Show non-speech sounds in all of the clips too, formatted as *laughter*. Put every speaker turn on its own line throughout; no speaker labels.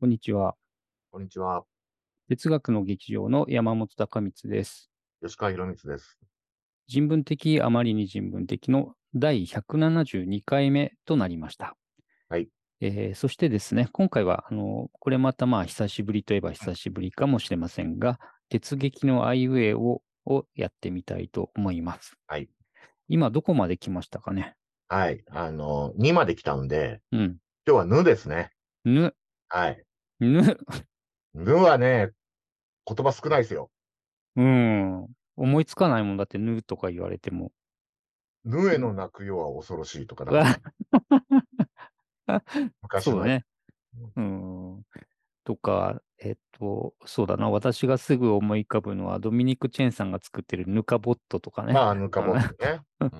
こんにちは。
こんにちは。
哲学の劇場の山本隆光です。
吉川博光です。
人文的あまりに人文的の第172回目となりました。
はい。
えーそしてですね、今回は、あの、これまたまあ、久しぶりといえば久しぶりかもしれませんが、鉄劇のアイウェイををやってみたいと思います。
はい。
今、どこまで来ましたかね
はい。あの、2まで来たんで、
うん。
今日はぬですね。
ぬ、
はい。
ぬ、
ぬはね、言葉少ないですよ。
うん。思いつかないもんだって、ぬとか言われても。
ぬへの泣くよは恐ろしいとか、
うわ
昔
そう
の
だね。うん。とか、えっと、そうだな、私がすぐ思い浮かぶのは、ドミニク・チェンさんが作ってるヌカボットとかね。
まあ、ぬかぼっくね。うん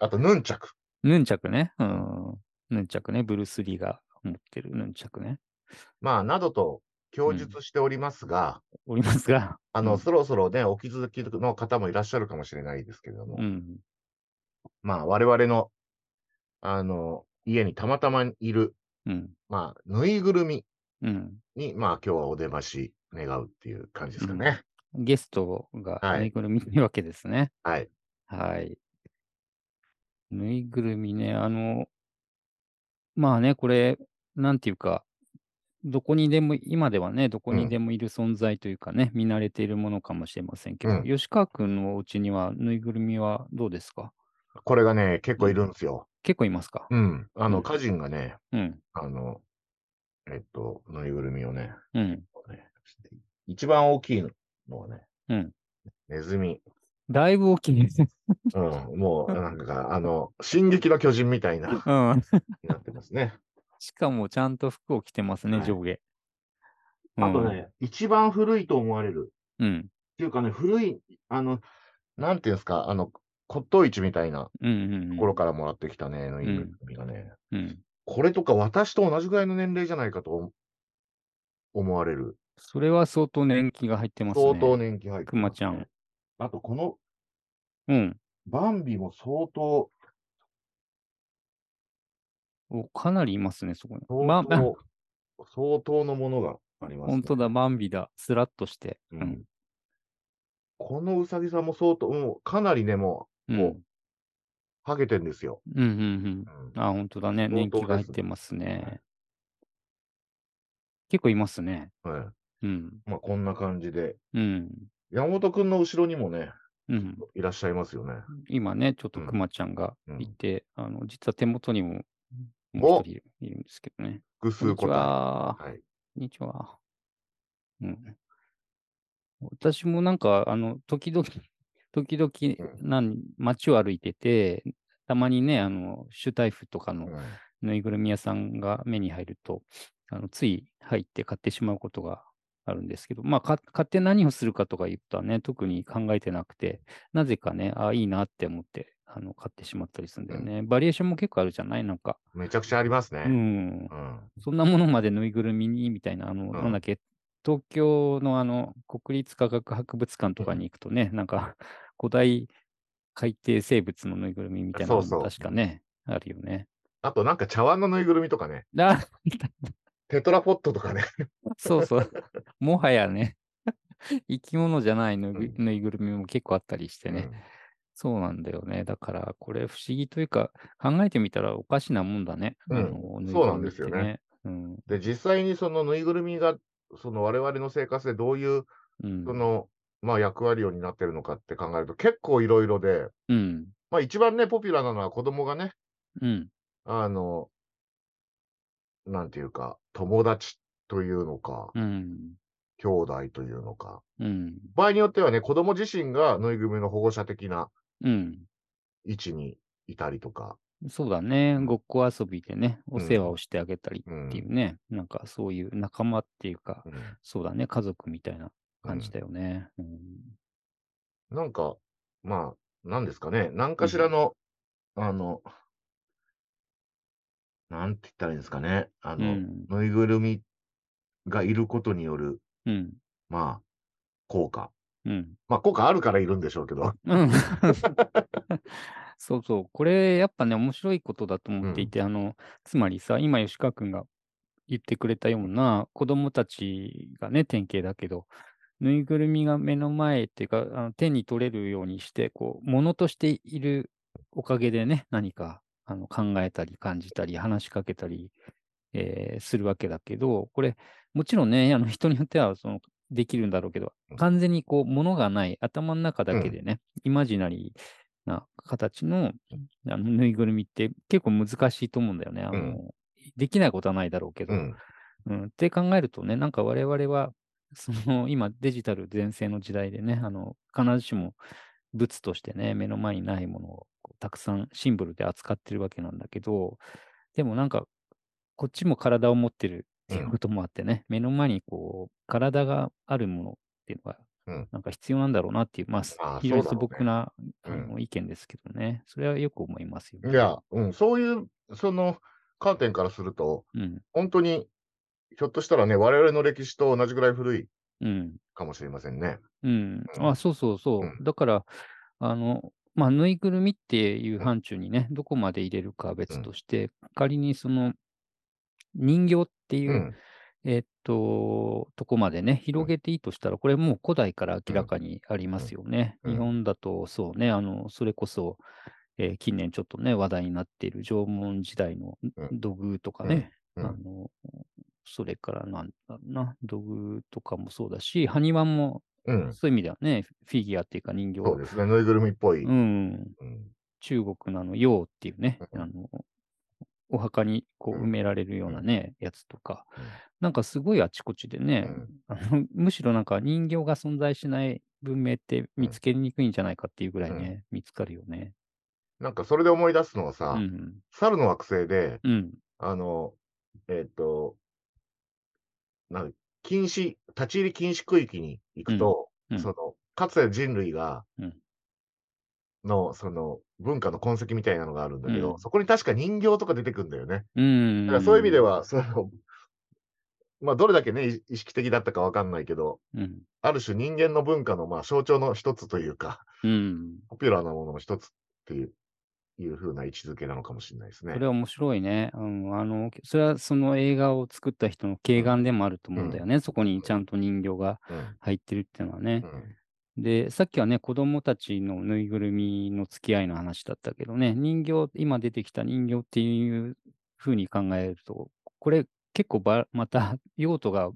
あと、ヌンチャク。
ヌンチャクね。うん。ヌンチャクね。ブルース・リーが持ってるヌンチャクね。
まあ、などと供述しておりますが、
おりますが。
あ
う
の、
ん
そろそろね、お気づきの方もいらっしゃるかもしれないですけれども、
うん。
まあ、我々の、あの、家にたまたまいる、
うん。
まあ、ぬいぐるみ
うん。
に、まあ、今日はお出まし願うっていう感じですかね。
ゲストが
はい
ぬいぐるみってわけですね。
はい。
はい。ぬいぐるみね、あの、まあね、これ、なんていうか、どこにでも、今ではね、どこ
う
に
ん
でもいる存在というかね、見慣れているものかもしれませんけど、
うん
吉川君のお家にはぬいぐるみはどうですか
これがね、結構いるんですよ。
結構いますか
うん。あ
う
の、
ん
家人がね、
うん、
あの、えっと、ぬいぐるみをね、
うん。
*laughs* 一番大きいのはね、
うん
ネズミ。
だいぶ大きいです。
うん。もう、なんか、あの、進撃の巨人みた
*laughs*
い
*laughs*
な、
うん。
なってますね。
しかも、ちゃんと服を着てますね、
はい
上下。
あとね、一番古いと思われる。
うん。
っていうかね、古い、あの、なんていうんですか、あの、骨董市みたいな
うん。うん。う
と
ん
ころからもらってきたね、ぬいぐるみがね、
うん。
これとか私と同じぐらいの年齢じゃないかと思思われる。
それは相当年季が入ってますね。
相当年季入ってますね
くまちゃん。
あと、この
うん。
バンビも相当、
お、かなりいますね、そこに。ま *laughs*
相、当、相当のものがあります、ね。
本当だ、バンビだ。スラッとして。
う
うん
ん。このうさぎさんも相当、もうかなりね、も
うん。
もう、はげてんですよ。
うん、うん、
うん
うん。あ、本当だね。
相当
年季が入っ
ですね
てます
はい
ね。結構いますね。
はい
うん。
まあ、こんな感じで。
うん。
山本くんの後ろにもね、
うん。
いらっしゃいますよね。
今ね、ちょっと
うん
クマちゃんがいて、あの、実は手元にも、もう
お
一人いるいるんですけどね。
複
こんに
数
ち
個体。
は。
はい。
こんにちは。うん。私もなんか、あの、時々、 *laughs* 時々、なん街を歩いてて、たまにね、あの、シュタイフとか
う
の
ん
ぬいぐるみ屋さんが目に入ると、あのつい入って買ってしまうことがあるんですけど、まあ、か買って何をするかとか言ったらね、特に考えてなくて、なぜかね、あいいなって思って、あの買ってしまったりするんだよね。バリエーションも結構あるじゃないなんか。
めちゃくちゃあります
う
ね。
ん。
うん。
そんなものまでぬいぐるみにみたいな、あの、なんだっけ、東京のあの、国立科学博物館とかに行くとね、なんか、古代海底生物のぬいぐるみみたいなの
そう
も
そう
確かね、あるよね。
あと、なんか茶碗のぬいぐるみとかね、
あ、
テトラポットとかね。
そう
*laughs*
そう。もはやね、生き物じゃないぬぐ
う
ぬいぐるみも結構あったりしてね。
うん
そうなんだよね。だから、これ不思議というか、考えてみたらおかしなもんだね。
うん
あのぬいぐるみ
そうなんですよね
ってうん。
で、実際にそのぬいぐるみが、その我々の生活でどういう、
うん。
その、まあ役割を担ってるのかって考えると結構いろいろで、
うん。
まあ一番ね、ポピュラーなのは子供がね、
うん。
あの、なんていうか、友達というのか、
うん。
兄弟というのか、
うん。
場合によってはね、子供自身がぬいぐるみの保護者的な
うん。
位置にいたりとか、
そうだね。
ん
ごっこ遊びでね、お
うん
世話をしてあげたり
うん
っていうね、なんかそういう仲間っていうか、
うん
そうだね、家族みたいな感じ
うん
だよね。うん。
なんか、まあ、なんですかね、何かしらの、あの、なんて言ったらいいんですかね、あ
う
の、
ん。
ぬいぐるみがいることによる、
うん。
まあ、効果。
うん。
まあ、効果あるからいるんでしょう
*laughs*
けど。
うん。そうそう。これ、やっぱね、面白いことだと思っていて、あの、つまりさ、今、吉川君が言ってくれたような子供たちがね、典型だけど、ぬいぐるみが目の前っていうか、あの手に取れるようにして、こう、ものとしているおかげでね、何かあの考えたり感じたり話しかけたり、えーするわけだけど、これ、もちろんね、あ *laughs* の人によってはそのできるんだろうけど
うん、
完全にこう、ものがない、頭の中だけでね、イマジナリーな形のあのぬいぐるみって結構難しいと思うんだよね。あの
うん
できないことはないだろうけど、
うん。
うん、って考えるとね、なんか我々は、その今デジタル全盛の時代でね、あの必ずしも物としてね、目の前にないものをこうたくさんシンボルで扱ってるわけなんだけど、でもなんかこっちも体を持ってるっていうこともあってね、目の前にこう体があるものっていうのが
うん
なんか必要なんだろうなっていう、まあ、す
ああ
非常に
そ
素
うだろうね
朴な、あ
うん
の意見ですけどね、それはよく思いますよ、ね。
いや、うん、そういう、その観点からすると、
うん、
本当に、ひょっとしたらね、我々の歴史と同じぐらい古い
うん、
かもしれませんね。
うん、
うん
あ、そうそうそう。
うん
だから、あの、まあ、ぬいぐるみっていう
うん
範疇にね、どこまで入れるかは
う
別
ん
として、仮にその人形っていうう、
ん。
えっと、とこまでね、広げていいとしたら、これもう古代から明らかにありますよね。
うん
日本だとそうね、あの、それこそ、えー近年ちょっとね、話題になっている縄文時代の
うん
土偶とかね、
うん
あの、それからなんだろうな、土偶とかもそうだし、埴輪も
うん。
そういう意味ではね、フィギュアっていうか人形、
そうですね、ぬいぐるみっぽい。
うん、
うん
中国のあの、洋っていうね、
うん
あの、お墓にこう
う
ん埋められるようなね、やつとか
うん、
なんかすごいあちこちで
う
ね、
ん
あの *laughs* むしろなんか人形が存在しない文明って見つけにくいんじゃないかっていうぐらいね、見つかるよね。
なんかそれで思い出すのは
う
さ、
ん。
猿の惑星で、
うん。
あの、えっ、と、なんだ禁止、立ち入り禁止区域に行くと、
うんうん
その、かつて人類が、
うん
の、その、文化の痕跡みたいなのがあるんだけど、
うん
そこに確か人形とか出てくんだよね。
うん。
だからそういう意味で、は、その、まあ、どれだけね、意意識的だったかわかんないけど、
うん。
ある種人間の文化の、まあ、象徴の一つというか、 *laughs*
うん。
ポピュラーなものの一つっていう、いう風な位置づけなのかもしれないですね
そ。れは面白いね。うん、あの、それはその映画を作った人の敬願でもあると思うんだよね。そこにちゃんと人形が
うん
入ってるっていうのはね。
うん
で、さっきはね、子供たちのぬいぐるみの付き合いの話だったけどね、人形、今出てきた人形っていうふうに考えると、これ結構ば、また *laughs* 用途が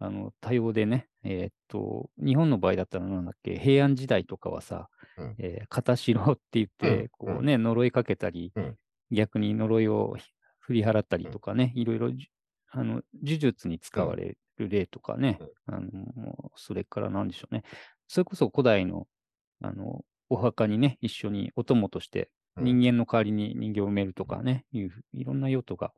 あの多様でね、えーっと、日本の場合だったらなんだっけ、平安時代とかはさ、
うん
えー片白って言って、
うん
こうね、呪いかけたり、
うん
逆に呪いをひ振り払ったりとかね、いろいろじあの呪術に使われる例とかね、あのもうそれからなんでしょうね、それこそ古代のあのお墓にね、一緒にお供として
うん
人間の代わりに人形を埋めるとかね、いうふいろんな用途が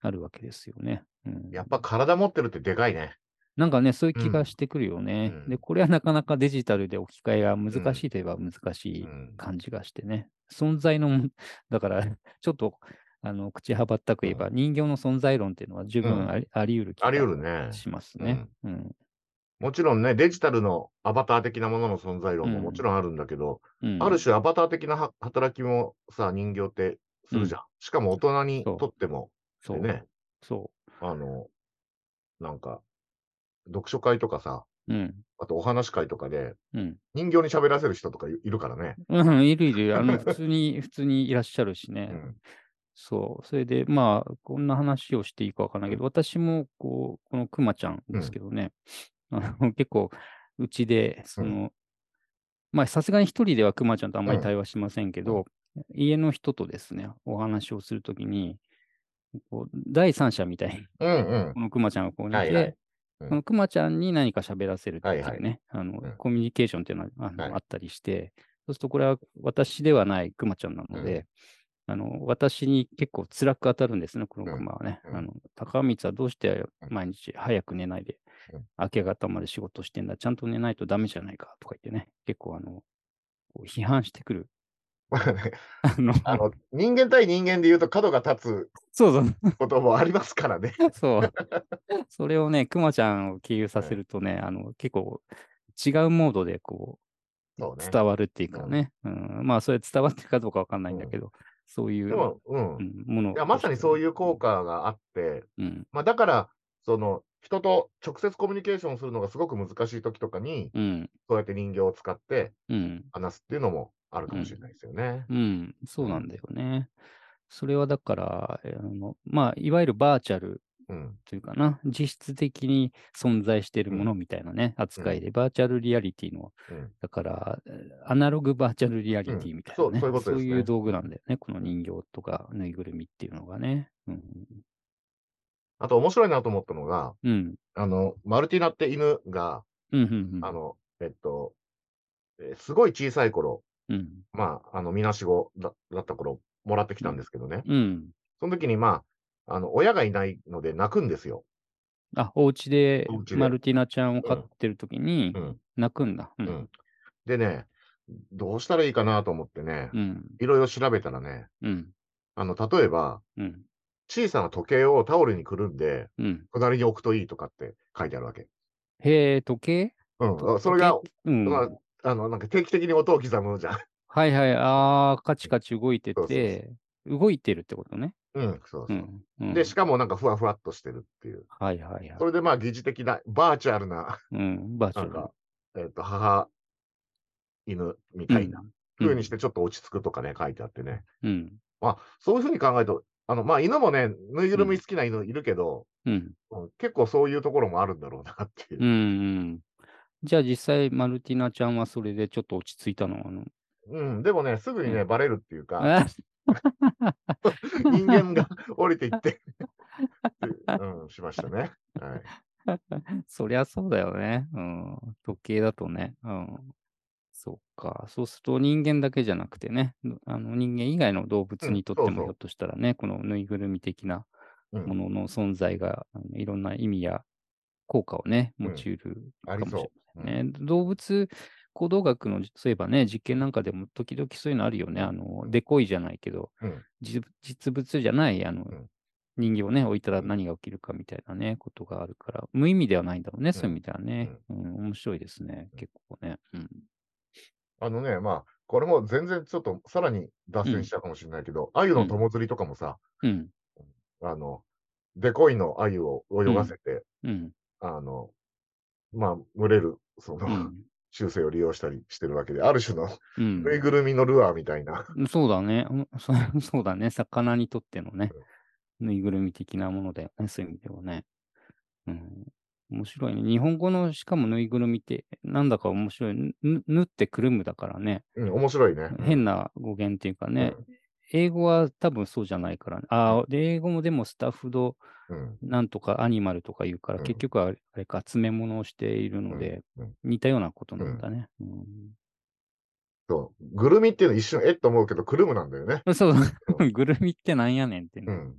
あるわけですよね。うん、
やっぱ体持ってるってでかいね。
なんかね、そういう
う
気
ん
がしてくるよね。
うん
で、これはなかなかデジタルで置き換えが
うん
難しいといえば難し
う
い
ん
感じがしてね。存在のも、 *laughs* だから、ちょっと、あの、口はばったく言えば、人形の存在論っていうのは十
うん
分あり,、得る気
あり得
が
るね。
しますね。うん。
もちろんね、デジタルのアバター的なものの存在論も
うん
もちろんあるんだけど、
うん
ある種アバター的なは働きもさ、人形ってするじゃん。しかも大人に
そう
とっても、
そ
で
う。
ね、
そ
あの、なんか、読書会とかさ、
う。うん。
あとお話し会とかで、
うん。
人形に喋らせる人とかいいるからね。
うん、いるいる。あの、普通
*laughs*
に、普通にいらっしゃるしね。
うん
そう。それで、まあ、こんな話をしていいかわからないけど、私も、こう、このくまちゃんですけどね、あの結構、うちで、その、まあ、さすがに一人ではくまちゃんとあんまり対話しませんけど、家の人とですね、お話をするときに、こう第三者みたいに、
うんうん。
このくまちゃんがここにいて、
はい *laughs* はいうん
このくまちゃんに何か喋らせるっていうね、
はい
あの
うん
コミュニケーションっていうのはあの
はい
あったりして、そうするとこれは私ではないくまちゃんなので、あの私に結構辛く当たるんですね、このくまはね。
うんうん
あの高光はどうして
うん
毎日早く寝ないで
うん、
明け方まで仕事してんだ、ちゃんと寝ないとダメじゃないかとか言ってね、結構あの、こう批判してくる。
*laughs*
あの
あの、人間対人間で言うと角が立
そうそう、
つこともありますからね。 *laughs*
そう。それをね、くまちゃんを経由させるとね、あの、結構違うモードでこ
そう
う、
ね。
伝わるっていうかね。うん、まあ、それ伝わってるかどうかわかんないんだけど、そういう
でも、うん。
うんもの
いやまさにそう
い
いう効果があって、
う。うん。
まあ、だから、その、人と直接コミュニケーションするのがすごく難しい時とかに、
うん。
そうやって人形を使って
うん。
話すっていうのもあるかもしれないですよね。
うん、そうなんだよね。それはだから、えーあのまあ、いわゆるバーチャル
うん。
というかな、実質的に存在しているものみたいなね、扱いで、バーチャルリアリティの、
うん
だから、えーアナログバーチャルリアリティみたいな、ね
うんそうそういうことですね
いう道具なんだよね、この人形とかぬいぐるみっていうのがね。うん。
あと面白いなと思ったのが、
うん。
あの、マルティナって犬が、
うん。うん。うん
あ、の、えっと、えーすごい小さい頃、
うん。
まあ、あの、みなしごだだった頃、もらってきたんですけどね。
うん。
その時に、まあ、あの、親がいないので泣くんですよ。
あ、お家で
お家で
マルティナちゃんを飼ってる時に
うん。
泣くんだ。う
うんん。でね、どうしたらいいかなと思ってね、
うん。
いろいろ調べたらね、
うん。
あの、例えば、
うん。
小さな時計をタオルにくるんで、
うん。
隣に置くといいとかって書いてあるわけ。
へえ、時計
う
と
ん。それが
時、計うん。
まあの、なんか定期的に音を刻むじゃん。 *laughs*
はいはい、ああ、カチカチ動いて
そうそう
て、動いてるってことね。
うん、そう
う
そう。
ん。うん
で、しかもなんかふわふわっとしてるっていう。
はいはいはい
そ。れでまあ、疑似的な、バーチャルな、
うん、バーチ
な
ャ
ん
ル。
か、えっ、と、母、犬みたいな、風にしてちょっと落ち着くとかね、書いてあってね。
うん。
まあ、そういうふうに考えると、あの、まあ、犬もね、ぬいぐるみ好きな犬いるけど、
うん。
うん結構そういうところもあるんだろうなっていう
うん。う。ん。じゃあ実際、マルティナちゃんはそれでちょっと落ち着いたのあの
うん、でもね、すぐにね、
うん
バレるっていうか、
あ *laughs*
人間が降りていって、うん、しましたね。はい。
そりゃそうだよね。うん。時計だとね。うん。そうか。そうすると人間だけじゃなくてね、あの人間以外の動物
うん
にとって
そうそ
も
う
ひょっとしたらね、このぬいぐるみ的な
う
も
ん、
のの存在が、あのいろんな意味や効果をね、
うん
用いるか
あり
もしれ
そ
ないね。動物行動学の、そういえばね、実験なんかでも時々そういうのあるよね。あの、デコイじゃないけど、
うん
実実物じゃない、あの、
ん
人形をね、置いたら何が起きるかみたいなね、ことがあるから、無意味ではないんだろうね、そういう意味ではね。うん、面白いですね、結構ね。うん。
あのね、まあ、これも全然ちょっとさらに脱線しちゃうかもしれないけど、鮎、の友釣りとかもさ、
うん。
あの、デコイの鮎を泳がせて、
うん。
あの、まあ、群れる、その、
うん。
習性を利用したりしてるわけで、ある種の
うん
ぬいぐるみのルアーみたいな、
そうだね。うんそ *laughs* そうだね。魚にとってのね、ぬいぐるみ的なものだよね。そういう意味ではね。うん。面白いね。日本語のしかもぬいぐるみって、なんだか面白い。ぬ、ぬぬってくるむだからね。
うん、面白いね。うん
変な語源っていうかね。
う
英語は多分そうじゃないからね。ああ、で、英語もでもスタッフド、
うん、
なんとかアニマルとか言うから、
うん
結局はあれあれか、詰め物をしているので、
うんうん
似たようなことなんだね。うん
そう。ぐるみっていうの一瞬、えっと思うけど、くるむなんだよね。
*laughs* そう
う、
ぐるみってなんやねんってね。
うん。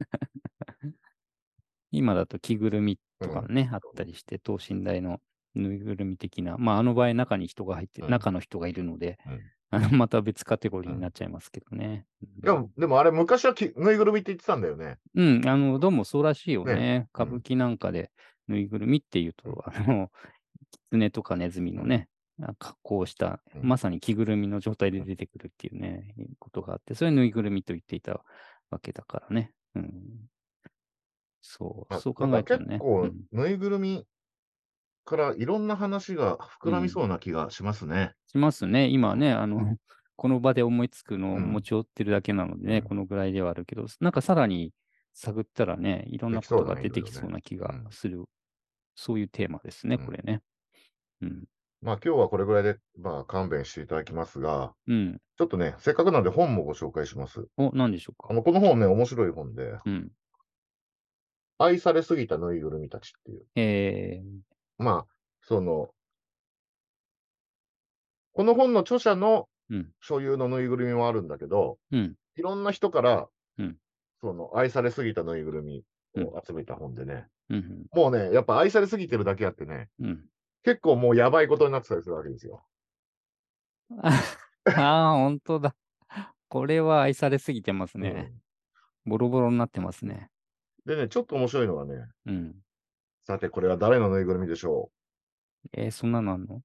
今だと着ぐるみとかね、あったりして、等身大のぬいぐるみ的な、まあ、あの場合、中に人が入って、
うん
中の人がいるので、
うん
*laughs* あのまた別カテゴリーになっちゃいますけどね。
でも、でもあれ、昔はきぬいぐるみって言ってたんだよね。
うん、あの、どうもそうらしいよね。
ね
歌舞伎なんかでぬいぐるみっていうと、あの、狐とかネズミのね、あ格好をした、
うん
まさに着ぐるみの状態で出てくるっていうね、ことがあって、それはぬいぐるみと言っていたわけだからね。うん。そう、
あ
そう考えたらね。
なんか結構、
うん
ぬいぐるみからいろんな話が膨らみそうな気がしますね。
しますね。今ね、あの、この場で思いつくのを
うん
持ち寄ってるだけなのでね、
うん
このぐらいではあるけど、なんかさらに探ったらね、いろんな
でき
こ
そう
と
だね
が出てき
いろい
そ
ろ
う
ね
な気が
うん
する、そういうテーマですね、
うん
これね。うん。
まあ今日はこれぐらいで、まあ勘弁していただきますが、
うん。
ちょっとね、せっかくなんで本もご紹介します。
お、何でしょう
あ
か。
の、この本ね、面白い本で、
うん。
愛されすぎたぬいぐるみたちっていう。
え
まあ、その、この本の著者の
うん
所有のぬいぐるみもあるんだけど、
ー、うん。
いろんな人から、
うん
その愛されすぎたぬいぐるみを集めた本でね、
うん。
もうね、やっぱ愛されすぎてるだけあってね、
うん。 *laughs*
結構もうやばいことになってたりするわけですよ。
ああー、本当だ。これは愛されすぎてますね。ボロボロになってますね。
うんでね、ちょっと面白いのがね、
うん。
さてこれは誰のぬいぐるみでしょ
えー、そんなのあんの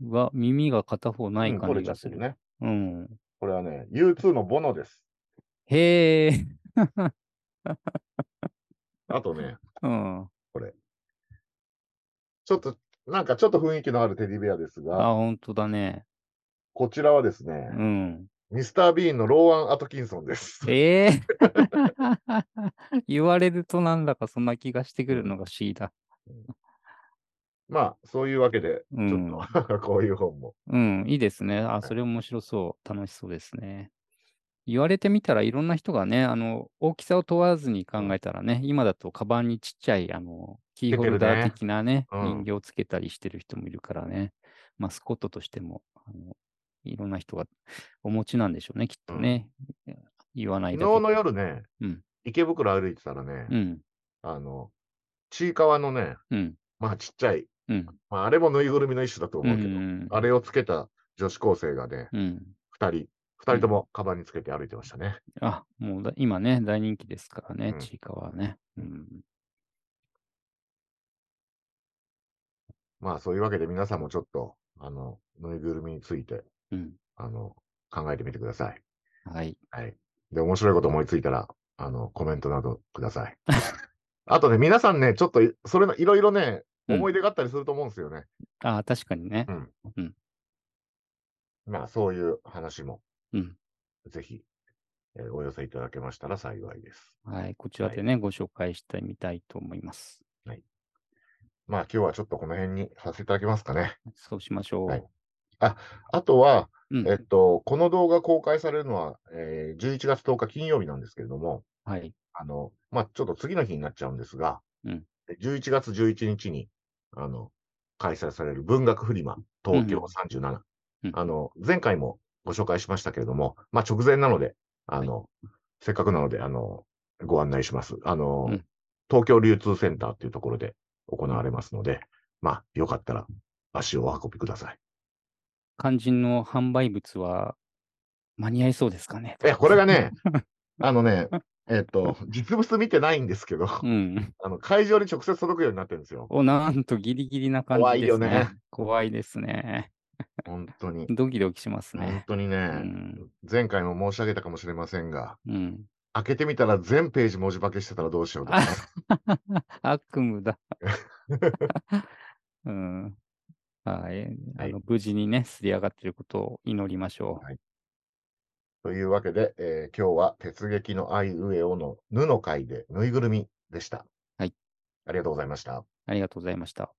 うわ、耳が片方
う
ない
うん取
感
れ
じ
ち
が
ゃって
す
る
る。
ね。
うん。
これはね、U2 のボノです。
へえ。
あとね、
*laughs* うん。あ、
ちょっと、なんかちょっと雰囲気のあるテディベアですが、
本当だね。
こちらはですね
う、
*laughs*
ん。
ミスター・ビーンのローアン・アトキンソンです。
ええ
*laughs*
言われるとなんだかそんな気がしてくるのが不思議だ。
まあ、そういうわけで、
う
ち
ん。
ょっと *laughs* こういう本も。
うん、いいですね。あ、それ面白そう。楽しそうですね。言われてみたらいろんな人がね、あの、大きさを問わずに考えたらね、今だとカバンにちっちゃい、あの、キーホルダー的なね、
うん
人形をつけたりしてる人もいるからね、マスコットとしても、あのいろんな人がお持ちなんでしょうね、きっとね。言わない
昨日
だけで
の夜ね、
うん
池袋歩いてたらね、
うん、
あの、ちいかわのね、
うん、
まあちっちゃい、
うん、
まああれもぬいぐるみの一種だと
うん、う
思うけど、
ん、
あれをつけた女子高生がね、
うん。
二人、二人ともカバンにつけて歩いてましたね。
あ、もうだ今ね、大人気ですからね
う、ん
ちいかわはね。うん、
まあそういうわけで皆さんもちょっと、あの、ぬいぐるみについて、
うん、
あの、考えてみてください。
はい。
はい。で、面白いこと思いついたら、あの、コメントなどください。
*laughs*
あとね、皆さんね、ちょっとい、それのいろいろね、
うん
思い出があったりすると思うんですよね。
あ、確かにね。
まあ、そういう話も、
うん
ぜひ、えーお寄せいただけましたら幸いです。
はい、こちらでね、ご紹介してみたいと思います。
まあ、今日はちょっとこの辺にさせていただきますかね。
そうしましょう。
はいあとは、
うん
えっと、この動画公開されるのは、えー11月10日金曜日なんですけれども、
はい。
あの、まあ、ちょっと次の日になっちゃうんですが、
うん
11月11日に、あの、開催される文学フリマ東京37、
うん
あの、前回もご紹介しましたけれども、まあ、直前なので、あの、せっかくなので、あの、ご案内します。あの、
うん
東京流通センターっていうところで行われますので、まあ、よかったら足をお運びください。
肝心の販売物は間に合いそうですかね。
いや、これがね、あのね、えっと、実物見てないんです
*laughs*
けど、
*laughs* うん。
あの、会場に直接届くようになってるんですよ。
お、なんとギリギリな感
怖
じ
い
です
よ
ね。
ね
怖いですね。
本当に。
ドキドキします
本
ね。
当に
う
ね、
ん。
前回も申し上げたかもしれませんが、 *laughs*
うん。
開けてみたら全ページ文字化けしてたらどうしようとか
あ
ね。
悪夢
*laughs*
だ。うん。はい。あ
はい
の無事にね、すり上がってることを祈りましょ
というわけで、えー今日は鉄撃のあいうえおのぬの会でぬいぐるみでした。
はい。
ありがとうございました。
う。ありがとうございました。